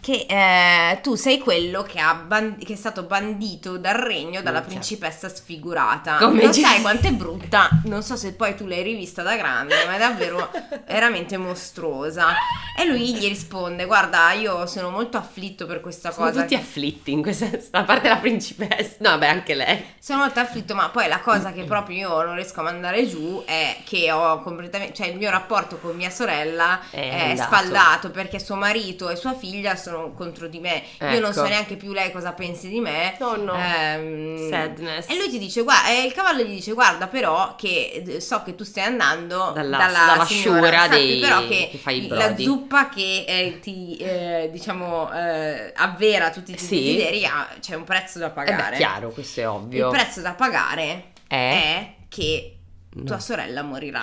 Speaker 2: che eh, tu sei quello che, ha ban- che è stato bandito dal regno dalla
Speaker 1: Minchia.
Speaker 2: principessa sfigurata.
Speaker 1: Come
Speaker 2: non
Speaker 1: gi-
Speaker 2: sai quanto è brutta. Non so se poi tu l'hai rivista da grande, ma
Speaker 1: *laughs*
Speaker 2: è davvero veramente mostruosa. E lui gli risponde: Guarda, io sono molto afflitto per questa
Speaker 1: Sono
Speaker 2: cosa.
Speaker 1: tutti afflitti in questa. A parte la principessa. No, beh, anche lei.
Speaker 2: Sono molto afflitto, ma poi la cosa che proprio io non riesco a mandare giù è che ho completamente. cioè il mio rapporto con mia sorella
Speaker 1: È
Speaker 2: è,
Speaker 1: andato.
Speaker 2: sfallato perché suo marito e sua figlia sono contro di me. Io non so
Speaker 1: Ecco.
Speaker 2: neanche più lei cosa pensi di me.
Speaker 1: No, no. Mm.
Speaker 2: Ehm,
Speaker 1: Sadness.
Speaker 2: E lui ti dice: guarda, e il cavallo gli dice: Guarda, però, che eh, so che tu stai andando
Speaker 1: Dalla-
Speaker 2: dalla,
Speaker 1: dalla
Speaker 2: signora,
Speaker 1: sciura
Speaker 2: sappi
Speaker 1: dei-
Speaker 2: però che
Speaker 1: che fa i
Speaker 2: la
Speaker 1: brodi."
Speaker 2: zuppa che eh, ti eh, diciamo eh, avvera tutti i tuoi
Speaker 1: Sì.
Speaker 2: desideri ha- c'è un prezzo da
Speaker 1: Eh beh,
Speaker 2: pagare.
Speaker 1: chiaro, questo è ovvio.
Speaker 2: Il eh. prezzo da pagare
Speaker 1: è.
Speaker 2: è che
Speaker 1: No.
Speaker 2: tua sorella morirà.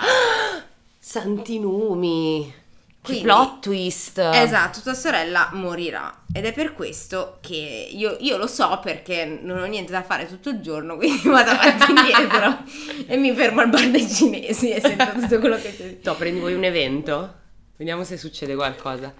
Speaker 1: Santi numi. Che
Speaker 2: Quindi-
Speaker 1: plot twist. *laughs*
Speaker 2: Esatto, tua sorella morirà. Ed è per questo che io, io lo so perché non ho niente da fare tutto il giorno, *laughs* quindi vado avanti
Speaker 1: *laughs*
Speaker 2: e indietro e mi fermo al bar dei cinesi e sento tutto quello che c'è.
Speaker 1: No, prendi voi un evento? Vediamo se succede
Speaker 2: *laughs*
Speaker 1: qualcosa.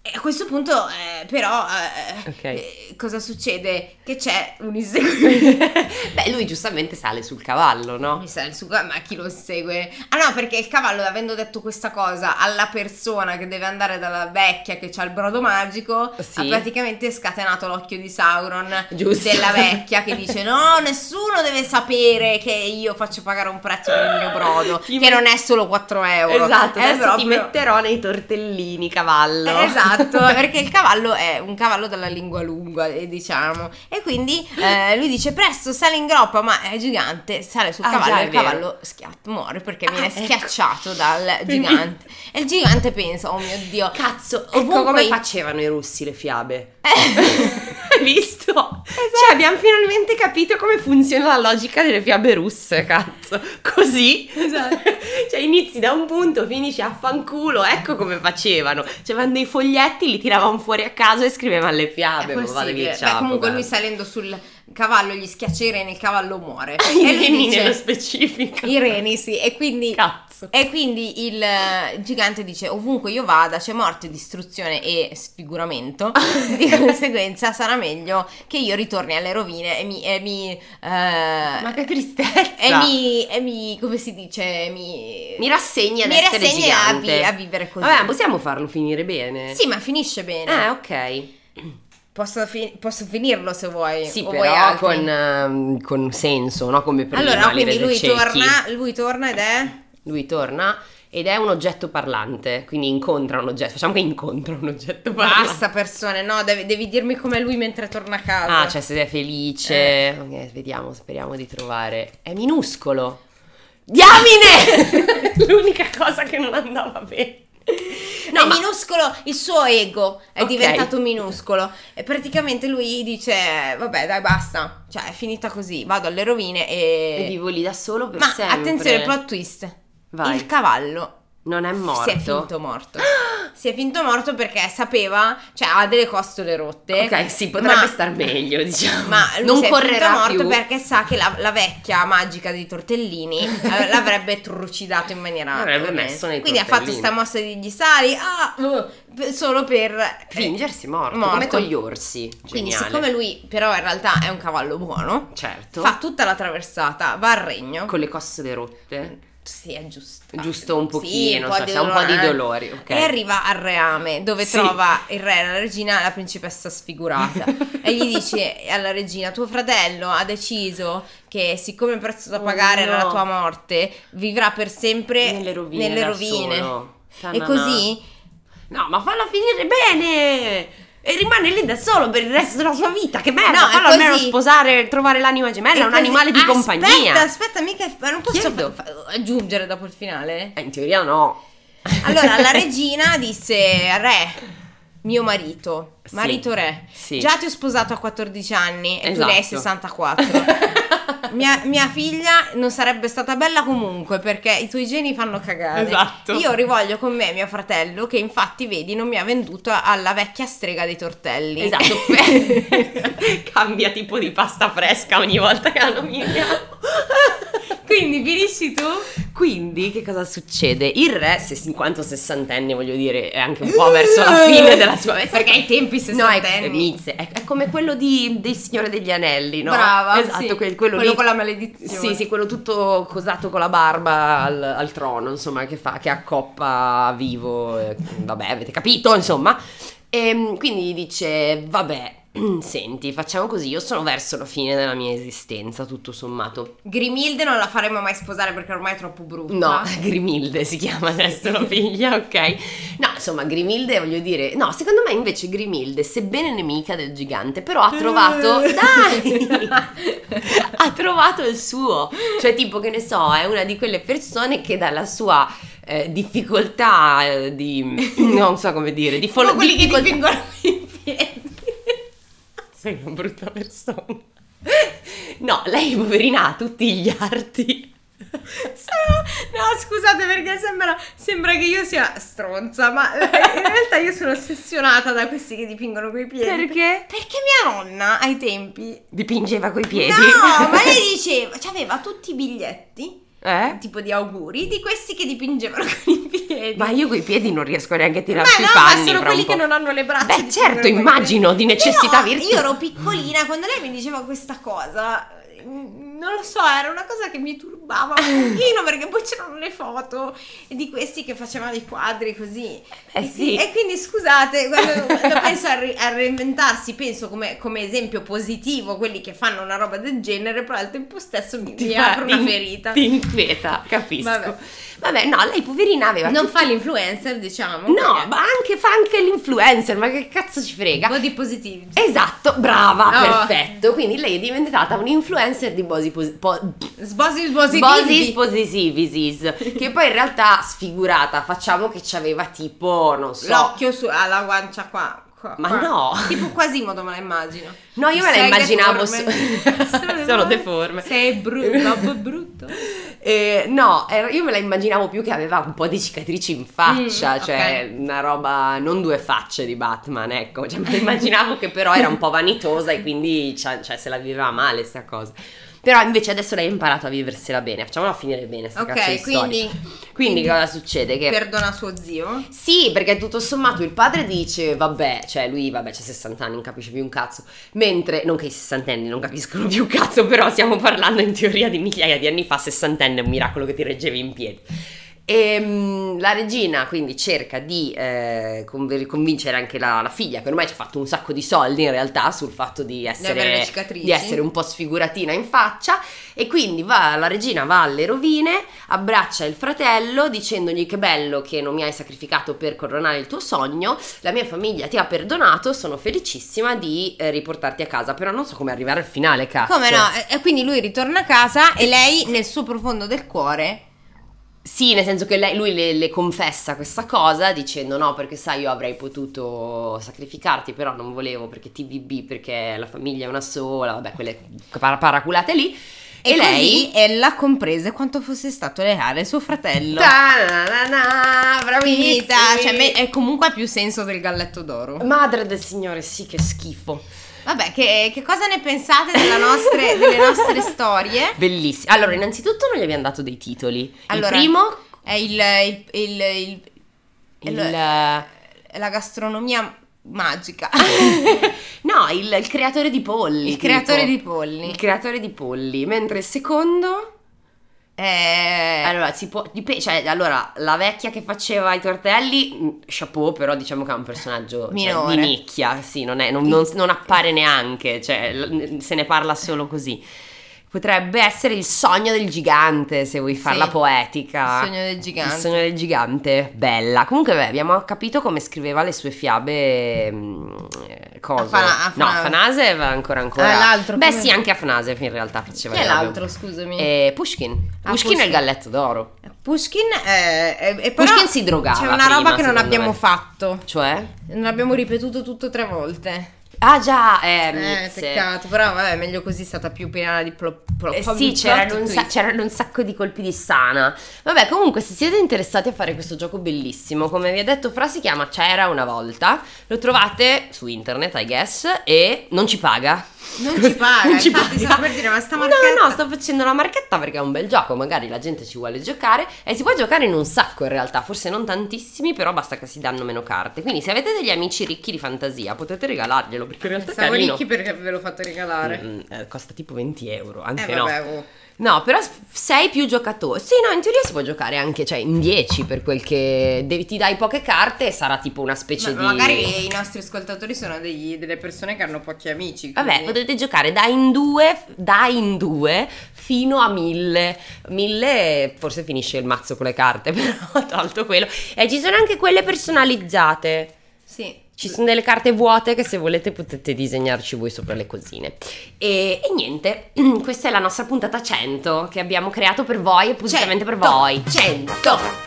Speaker 2: E a questo punto, eh, però, eh,
Speaker 1: Ok.
Speaker 2: eh, cosa succede? Che c'è un inseguimento.
Speaker 1: Beh, lui giustamente sale sul cavallo, no?
Speaker 2: Mi sa il sugo, ma chi lo segue? Ah no, perché il cavallo, avendo detto questa cosa alla persona che deve andare dalla vecchia che ha il brodo magico,
Speaker 1: Sì.
Speaker 2: ha praticamente scatenato l'occhio di Sauron
Speaker 1: Giusto.
Speaker 2: della vecchia che
Speaker 1: *laughs*
Speaker 2: dice no, nessuno deve sapere che io faccio pagare un prezzo per il mio brodo,
Speaker 1: Ti
Speaker 2: che
Speaker 1: met-
Speaker 2: non è solo 4 euro.
Speaker 1: Esatto,
Speaker 2: è
Speaker 1: adesso ti
Speaker 2: proprio- Eh,
Speaker 1: metterò nei tortellini, cavallo. *laughs*
Speaker 2: Esatto, perché il cavallo cavallo è un cavallo dalla lingua lunga, eh, diciamo. E quindi eh, lui dice: Presto, sale in groppa, ma è gigante. Sale sul
Speaker 1: Ah,
Speaker 2: cavallo
Speaker 1: già,
Speaker 2: e
Speaker 1: è
Speaker 2: il
Speaker 1: vero.
Speaker 2: cavallo schiatta, muore perché
Speaker 1: Ah,
Speaker 2: viene
Speaker 1: ecco.
Speaker 2: schiacciato dal
Speaker 1: Quindi-
Speaker 2: gigante. E il gigante pensa: Oh mio
Speaker 1: *laughs*
Speaker 2: dio,
Speaker 1: Cazzo,
Speaker 2: Ecco
Speaker 1: ovunque
Speaker 2: come i-
Speaker 1: facevano i russi le fiabe.
Speaker 2: Eh.
Speaker 1: Hai *laughs* visto? Cioè, abbiamo finalmente capito come funziona la logica delle fiabe russe, cazzo. Così.
Speaker 2: Esatto.
Speaker 1: Cioè, inizi da un punto, finisci a fanculo, ecco come facevano. C'erano dei foglietti, li tiravano fuori a caso e scrivevano le fiabe.
Speaker 2: È
Speaker 1: Ah, ma vada
Speaker 2: possibile.
Speaker 1: via,
Speaker 2: Beh,
Speaker 1: ciao,
Speaker 2: comunque lui
Speaker 1: guarda.
Speaker 2: salendo sul cavallo gli schiaccia i reni, il
Speaker 1: *laughs*
Speaker 2: cavallo muore.
Speaker 1: *laughs* I
Speaker 2: e lui
Speaker 1: reni nello
Speaker 2: dice,
Speaker 1: specifico.
Speaker 2: i reni, sì, e quindi...
Speaker 1: Cazzo.
Speaker 2: E quindi il eh, gigante dice ovunque io vada c'è morte, distruzione e
Speaker 1: *laughs*
Speaker 2: sfiguramento, di conseguenza sarà meglio che io ritorni alle rovine e mi... E mi eh,
Speaker 1: Ma che tristezza.
Speaker 2: e mi, e mi- come si dice, mi...
Speaker 1: Mi rassegni ad
Speaker 2: mi
Speaker 1: essere
Speaker 2: rassegni a vi-
Speaker 1: gigante.
Speaker 2: a vivere così.
Speaker 1: Vabbè, possiamo farlo finire bene?
Speaker 2: Sì, ma finisce bene.
Speaker 1: Ah, ok.
Speaker 2: Posso, fi- posso finirlo se vuoi.
Speaker 1: Sì,
Speaker 2: o vuoi
Speaker 1: però
Speaker 2: altri.
Speaker 1: con, ehm, con senso, no? Come prima
Speaker 2: Allora, no,
Speaker 1: li
Speaker 2: quindi lui
Speaker 1: recenti.
Speaker 2: torna, lui torna ed è...
Speaker 1: Lui torna ed è un oggetto parlante, quindi incontra un oggetto. Facciamo che incontra un oggetto parlante.
Speaker 2: Basta persone, no, devi, devi dirmi com'è lui mentre torna a casa.
Speaker 1: Ah, cioè se è felice.
Speaker 2: Eh.
Speaker 1: Ok, vediamo, speriamo di trovare. È minuscolo.
Speaker 2: *laughs*
Speaker 1: *laughs* Diamine! L'unica cosa che non andava bene. No,
Speaker 2: è
Speaker 1: ma-
Speaker 2: minuscolo, il suo ego è
Speaker 1: Ok.
Speaker 2: diventato minuscolo e praticamente lui dice vabbè dai basta, cioè è finita così, vado alle rovine
Speaker 1: E
Speaker 2: e...
Speaker 1: eh, vivo lì da solo per
Speaker 2: Ma
Speaker 1: sempre.
Speaker 2: attenzione, plot twist,
Speaker 1: Vai.
Speaker 2: il cavallo
Speaker 1: Non è morto.
Speaker 2: si è
Speaker 1: *gasps*
Speaker 2: finto morto. Si è finto morto perché sapeva, cioè ha delle costole rotte.
Speaker 1: Ok, sì, potrebbe
Speaker 2: ma-
Speaker 1: star
Speaker 2: *laughs*
Speaker 1: meglio, diciamo. *laughs*
Speaker 2: Ma lui
Speaker 1: non
Speaker 2: si è
Speaker 1: correrà
Speaker 2: finto morto
Speaker 1: più.
Speaker 2: perché sa che la, la vecchia magica dei tortellini eh, l'avrebbe trucidato in maniera
Speaker 1: L'avrebbe
Speaker 2: orrenda.
Speaker 1: messo nei
Speaker 2: Quindi ha fatto
Speaker 1: tortellini.
Speaker 2: sta mossa di gli sali ah, uh, per- solo per eh,
Speaker 1: Fingersi morto,
Speaker 2: Morto.
Speaker 1: come con gli orsi.
Speaker 2: Quindi
Speaker 1: Geniale.
Speaker 2: siccome lui però in realtà è un cavallo buono,
Speaker 1: Certo.
Speaker 2: fa tutta la traversata, va al regno.
Speaker 1: con le costole rotte.
Speaker 2: Sì, è giusto.
Speaker 1: Giusto un
Speaker 2: Ah, Sì,
Speaker 1: pochino,
Speaker 2: po'
Speaker 1: cioè,
Speaker 2: di
Speaker 1: c'è un po' di
Speaker 2: dolore.
Speaker 1: dolori, ok.
Speaker 2: E arriva al reame dove
Speaker 1: Sì.
Speaker 2: trova il re, la regina e la
Speaker 1: *laughs*
Speaker 2: principessa sfigurata. e gli dice alla regina: Tuo fratello ha deciso che, siccome il prezzo da
Speaker 1: Oh,
Speaker 2: pagare era
Speaker 1: no.
Speaker 2: la tua morte, vivrà per sempre
Speaker 1: nelle rovine.
Speaker 2: nelle
Speaker 1: da
Speaker 2: rovine.
Speaker 1: solo. Ta-na-na.
Speaker 2: E così
Speaker 1: No, ma falla finire bene! E rimane lì da solo per il resto della sua vita. Che bello!
Speaker 2: No, è
Speaker 1: fallo almeno
Speaker 2: così.
Speaker 1: sposare, trovare l'anima gemella,
Speaker 2: e
Speaker 1: Eh, un
Speaker 2: così-
Speaker 1: animale di
Speaker 2: aspetta,
Speaker 1: compagnia.
Speaker 2: Aspetta, mica, ma non posso
Speaker 1: Chiedo.
Speaker 2: fa- fa- aggiungere dopo il
Speaker 1: *laughs*
Speaker 2: finale?
Speaker 1: Eh, in teoria no.
Speaker 2: Allora
Speaker 1: *laughs*
Speaker 2: la regina disse: Re, mio marito,
Speaker 1: Sì.
Speaker 2: marito re,
Speaker 1: Sì.
Speaker 2: già ti ho sposato a 14 anni e tu
Speaker 1: Esatto.
Speaker 2: ne hai 64.
Speaker 1: *laughs*
Speaker 2: Mia, mia figlia non sarebbe stata bella comunque perché i tuoi geni fanno cagare.
Speaker 1: Esatto.
Speaker 2: Io rivoglio con me mio fratello che infatti vedi non mi ha venduto alla vecchia strega dei
Speaker 1: *laughs*
Speaker 2: tortelli. *laughs*
Speaker 1: Esatto. *laughs* Cambia tipo di pasta fresca ogni volta che la nominiamo.
Speaker 2: Quindi finisci tu?
Speaker 1: Quindi che cosa succede? Il re, se in quanto sessantenne, voglio dire, è anche un po' verso
Speaker 2: *laughs*
Speaker 1: la fine della sua vita.
Speaker 2: Perché ai tempi
Speaker 1: No, ecco, è- è,
Speaker 2: sessantenni.
Speaker 1: Mizze, è, è come quello di, del Signore degli Anelli, no?
Speaker 2: Brava,
Speaker 1: esatto,
Speaker 2: sì.
Speaker 1: quel- quello,
Speaker 2: Quello
Speaker 1: lì-
Speaker 2: con la maledizione.
Speaker 1: Sì, sì, quello tutto cosato con la barba al, al trono, insomma, che fa, che accoppa vivo, eh, vabbè, avete capito, insomma. E quindi dice, vabbè, *clears throat* senti, facciamo così, io sono verso la fine della mia esistenza, tutto sommato.
Speaker 2: Grimilde non la faremo mai sposare perché ormai è troppo brutta.
Speaker 1: No, *laughs* Grimilde si chiama adesso la figlia, ok? No, insomma, Grimilde, voglio dire, no, secondo me invece Grimilde, sebbene nemica del gigante, però ha trovato,
Speaker 2: Eh.
Speaker 1: dai, *laughs* ha trovato il suo, cioè tipo, che ne so, è una di quelle persone che dalla sua eh, difficoltà eh, di, non so come dire, di *laughs*
Speaker 2: Sono
Speaker 1: follow,
Speaker 2: quelli che ti
Speaker 1: difficoltà-
Speaker 2: fingono *laughs* i piedi.
Speaker 1: Sei una brutta persona. No, lei poverina ha tutti gli arti.
Speaker 2: Sono- No, scusate perché sembra, sembra che io sia stronza, ma *laughs* in realtà io sono ossessionata da questi che dipingono coi piedi.
Speaker 1: Perché?
Speaker 2: Perché mia nonna ai tempi...
Speaker 1: Dipingeva coi piedi.
Speaker 2: No, ma lei diceva, cioè aveva tutti i biglietti,
Speaker 1: *laughs* Eh?
Speaker 2: tipo di auguri, di questi che dipingevano *laughs* con i piedi.
Speaker 1: Ma io coi piedi non riesco neanche a
Speaker 2: Beh,
Speaker 1: tirarci
Speaker 2: no,
Speaker 1: i panni.
Speaker 2: ma sono
Speaker 1: fra un
Speaker 2: quelli che
Speaker 1: po'.
Speaker 2: non hanno le braccia.
Speaker 1: Beh,
Speaker 2: di
Speaker 1: certo,
Speaker 2: figure,
Speaker 1: immagino, di necessità
Speaker 2: Però
Speaker 1: virtù.
Speaker 2: Io ero piccolina quando lei mi diceva questa cosa. mm, Non lo so, era una cosa che mi turbava. rubava
Speaker 1: *laughs*
Speaker 2: un pochino perché poi c'erano le foto di questi che facevano i quadri così.
Speaker 1: Eh
Speaker 2: e,
Speaker 1: sì.
Speaker 2: e quindi
Speaker 1: *laughs*
Speaker 2: scusate, quando, quando penso a, ri- a reinventarsi, penso come, come esempio positivo quelli che fanno una roba del genere, però al tempo stesso mi, mi
Speaker 1: fa-
Speaker 2: apre una
Speaker 1: ti-
Speaker 2: ferita.
Speaker 1: Ti inquieta, capisco. Vabbè,
Speaker 2: Vabbè.
Speaker 1: no, lei poverina aveva
Speaker 2: Non
Speaker 1: tutti-
Speaker 2: fa l'influencer, diciamo.
Speaker 1: No, ma anche, fa anche l'influencer, ma che cazzo ci frega?
Speaker 2: body positivity.
Speaker 1: Esatto, brava,
Speaker 2: Oh.
Speaker 1: perfetto. Quindi lei è diventata un'influencer di bosi posi- po-
Speaker 2: Sbosi sbosi
Speaker 1: Bosis
Speaker 2: divi.
Speaker 1: positivisis, che poi in realtà sfigurata, facciamo che ci aveva tipo, non so.
Speaker 2: L'occhio su- alla guancia qua. qua,
Speaker 1: Ma
Speaker 2: qua.
Speaker 1: no.
Speaker 2: Tipo Quasimodo me la immagino.
Speaker 1: No, io me la
Speaker 2: Sei
Speaker 1: immaginavo
Speaker 2: deforme.
Speaker 1: so- *laughs* sono deforme.
Speaker 2: Sei
Speaker 1: *laughs*
Speaker 2: brutto, babbo brutto.
Speaker 1: Eh, no, era- io me la immaginavo più che aveva un po' di cicatrici in faccia,
Speaker 2: Mm,
Speaker 1: cioè una roba non due facce di Batman, ecco, cioè, me la immaginavo che però era un po' vanitosa e quindi cioè, cioè, se la viveva male sta cosa. Però invece adesso lei ha imparato a viversela bene, facciamola finire bene sta cazzo di
Speaker 2: ok,
Speaker 1: storia.
Speaker 2: quindi
Speaker 1: Quindi cosa succede? Che
Speaker 2: perdona suo zio.
Speaker 1: Sì, perché tutto sommato il padre dice, vabbè, cioè lui, vabbè, c'ha 60 anni, non capisce più un cazzo, mentre, non che i sessantenni non capiscono più un cazzo, però stiamo parlando in teoria di migliaia di anni fa, sessantenne è un miracolo che ti reggevi in piedi. E mm, la regina quindi cerca di eh, conver- convincere anche la, la figlia, che ormai ci ha fatto un sacco di soldi in realtà sul fatto di
Speaker 2: Di avere le
Speaker 1: essere,
Speaker 2: cicatrici.
Speaker 1: di essere un po' sfiguratina in faccia, e quindi va, la regina va alle rovine, abbraccia il fratello dicendogli che bello che non mi hai sacrificato per coronare il tuo sogno, la mia famiglia ti ha perdonato, sono felicissima di eh, riportarti a casa, però non so come arrivare al finale, cazzo.
Speaker 2: Come no? E- E quindi lui ritorna a casa e lei nel suo profondo del cuore
Speaker 1: Sì, nel senso che lei- lui le, le confessa questa cosa dicendo no perché sai io avrei potuto sacrificarti però non volevo perché TVB perché la famiglia è una sola, vabbè quelle para- paraculate lì
Speaker 2: e,
Speaker 1: e, lei...
Speaker 2: così ella comprese quanto fosse stato leale suo fratello.
Speaker 1: Ta-na-na-na, bravissimi.
Speaker 2: Finita, cioè me- è comunque ha più senso del galletto d'oro.
Speaker 1: Madre del Signore, sì, che schifo.
Speaker 2: Vabbè, che, che cosa ne pensate della nostre- delle nostre storie?
Speaker 1: Bellissimo. Allora, innanzitutto non gli abbiamo dato dei titoli.
Speaker 2: Allora,
Speaker 1: il primo,
Speaker 2: È il, il- il- il-
Speaker 1: il...
Speaker 2: allora- eh, la gastronomia magica.
Speaker 1: no, il, il creatore di polli.
Speaker 2: *laughs* il creatore
Speaker 1: tipo.
Speaker 2: di polli.
Speaker 1: Il creatore di polli. Mentre il secondo...
Speaker 2: Eh,
Speaker 1: Allora, si può, dipe- cioè, allora, la vecchia che faceva i tortelli, mh, chapeau, però diciamo che è un personaggio cioè,
Speaker 2: Minore.
Speaker 1: di nicchia, sì, non, è- non- non- non appare neanche, cioè, l- se ne parla solo così. Potrebbe essere il sogno del gigante, se vuoi farla
Speaker 2: Sì.
Speaker 1: poetica.
Speaker 2: il sogno del
Speaker 1: Il
Speaker 2: gigante.
Speaker 1: sogno del gigante, bella. Comunque, beh, abbiamo capito come scriveva le sue fiabe. mh, eh, Cosa?
Speaker 2: Afana- Afana-
Speaker 1: no, Afanase va ancora ancora.
Speaker 2: Ah, l'altro,
Speaker 1: Beh,
Speaker 2: come-
Speaker 1: sì, anche Afanase in realtà faceva
Speaker 2: Chi è
Speaker 1: le robe-
Speaker 2: l'altro, scusami?
Speaker 1: Eh, Pushkin.
Speaker 2: Ah,
Speaker 1: Pushkin è il
Speaker 2: Pushkin.
Speaker 1: galletto d'oro.
Speaker 2: Pushkin, eh, eh, e però
Speaker 1: Pushkin si drogava
Speaker 2: C'è una
Speaker 1: prima,
Speaker 2: roba che non
Speaker 1: secondo
Speaker 2: abbiamo
Speaker 1: me.
Speaker 2: fatto.
Speaker 1: Cioè?
Speaker 2: Non abbiamo ripetuto tutto tre volte.
Speaker 1: Ah già, eh,
Speaker 2: Eh,
Speaker 1: Nietzsche.
Speaker 2: peccato, però vabbè, meglio così è stata più piena di plop. plop-
Speaker 1: Eh,
Speaker 2: plop-
Speaker 1: sì, c'erano
Speaker 2: plot
Speaker 1: un, sa-
Speaker 2: twist.
Speaker 1: c'erano un sacco di colpi di sana. Vabbè, comunque, se siete interessati a fare questo gioco bellissimo, come vi ha detto Fra, si chiama C'era una volta. Lo trovate su internet, I guess, e non ci paga.
Speaker 2: Non
Speaker 1: *laughs*
Speaker 2: ci paga,
Speaker 1: Non ci
Speaker 2: infatti,
Speaker 1: paga.
Speaker 2: stavo per dire, ma sta
Speaker 1: No,
Speaker 2: marchetta-
Speaker 1: no, sto facendo la marchetta perché è un bel gioco, magari la gente ci vuole giocare e si può giocare in un sacco in realtà, forse non tantissimi, però basta che si danno meno carte. Quindi se avete degli amici ricchi di fantasia, potete regalarglielo perché in realtà è
Speaker 2: Siamo
Speaker 1: carino.
Speaker 2: ricchi perché ve l'ho fatto regalare.
Speaker 1: Mm, eh, costa tipo 20 euro,
Speaker 2: eh,
Speaker 1: anche no.
Speaker 2: vabbè, oh.
Speaker 1: No, però 6 più giocatori. Sì, no, in teoria si può giocare anche, cioè in 10 per quel che devi, ti dai poche carte e sarà tipo una specie
Speaker 2: Ma
Speaker 1: di
Speaker 2: Magari i nostri ascoltatori sono degli- delle persone che hanno pochi amici.
Speaker 1: Vabbè,
Speaker 2: quindi-
Speaker 1: potete giocare da in due, da in due fino a mille. Mille forse finisce il mazzo con le carte, *laughs* però tolto quello. E ci sono anche quelle personalizzate.
Speaker 2: Sì.
Speaker 1: Ci sono delle carte vuote che se volete potete disegnarci voi sopra le cosine. E, e niente, *clears throat* questa è la nostra puntata 100 che abbiamo creato per voi e appositamente per voi. 100,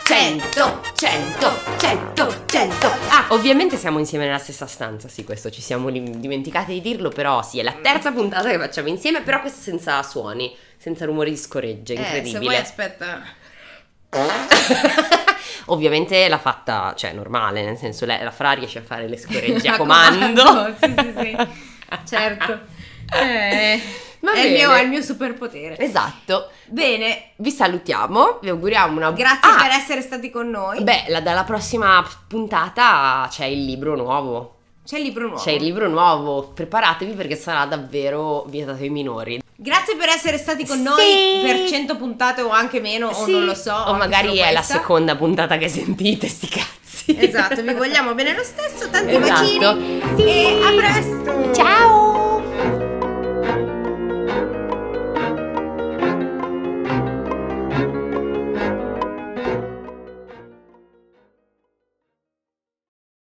Speaker 1: 100, 100, 100, 100.
Speaker 2: Eh,
Speaker 1: Ah, ovviamente siamo insieme nella stessa stanza, sì, questo ci siamo li- dimenticati di dirlo, però sì, è la terza puntata che facciamo insieme, però questa senza suoni, senza rumori di scoregge,
Speaker 2: Eh, se
Speaker 1: incredibile. *laughs*
Speaker 2: vuoi aspetta.
Speaker 1: Ovviamente l'ha fatta, cioè normale, nel senso lei- la Fra riesce a fare le
Speaker 2: *laughs*
Speaker 1: scoregge a
Speaker 2: A
Speaker 1: comando.
Speaker 2: comando, sì, sì,
Speaker 1: *laughs*
Speaker 2: sì. Certo. Eh,
Speaker 1: Va
Speaker 2: è,
Speaker 1: bene.
Speaker 2: il mio, è il mio superpotere.
Speaker 1: Esatto.
Speaker 2: Bene,
Speaker 1: Vi salutiamo, vi auguriamo una
Speaker 2: grazie
Speaker 1: Ah,
Speaker 2: per essere stati con noi.
Speaker 1: Beh, la- dalla prossima puntata c'è il libro nuovo.
Speaker 2: C'è il libro nuovo.
Speaker 1: Cioè, C'è il libro nuovo, preparatevi perché sarà davvero vietato ai minori.
Speaker 2: Grazie per essere stati con
Speaker 1: Sì.
Speaker 2: noi per 100 puntate o anche meno, o
Speaker 1: Sì.
Speaker 2: non lo so.
Speaker 1: O
Speaker 2: anche
Speaker 1: magari
Speaker 2: solo
Speaker 1: è la
Speaker 2: questa.
Speaker 1: seconda puntata che sentite, sti cazzi. *laughs*
Speaker 2: Esatto, vi vogliamo bene lo stesso, tanti
Speaker 1: Esatto.
Speaker 2: bacini e a presto.
Speaker 1: Ciao!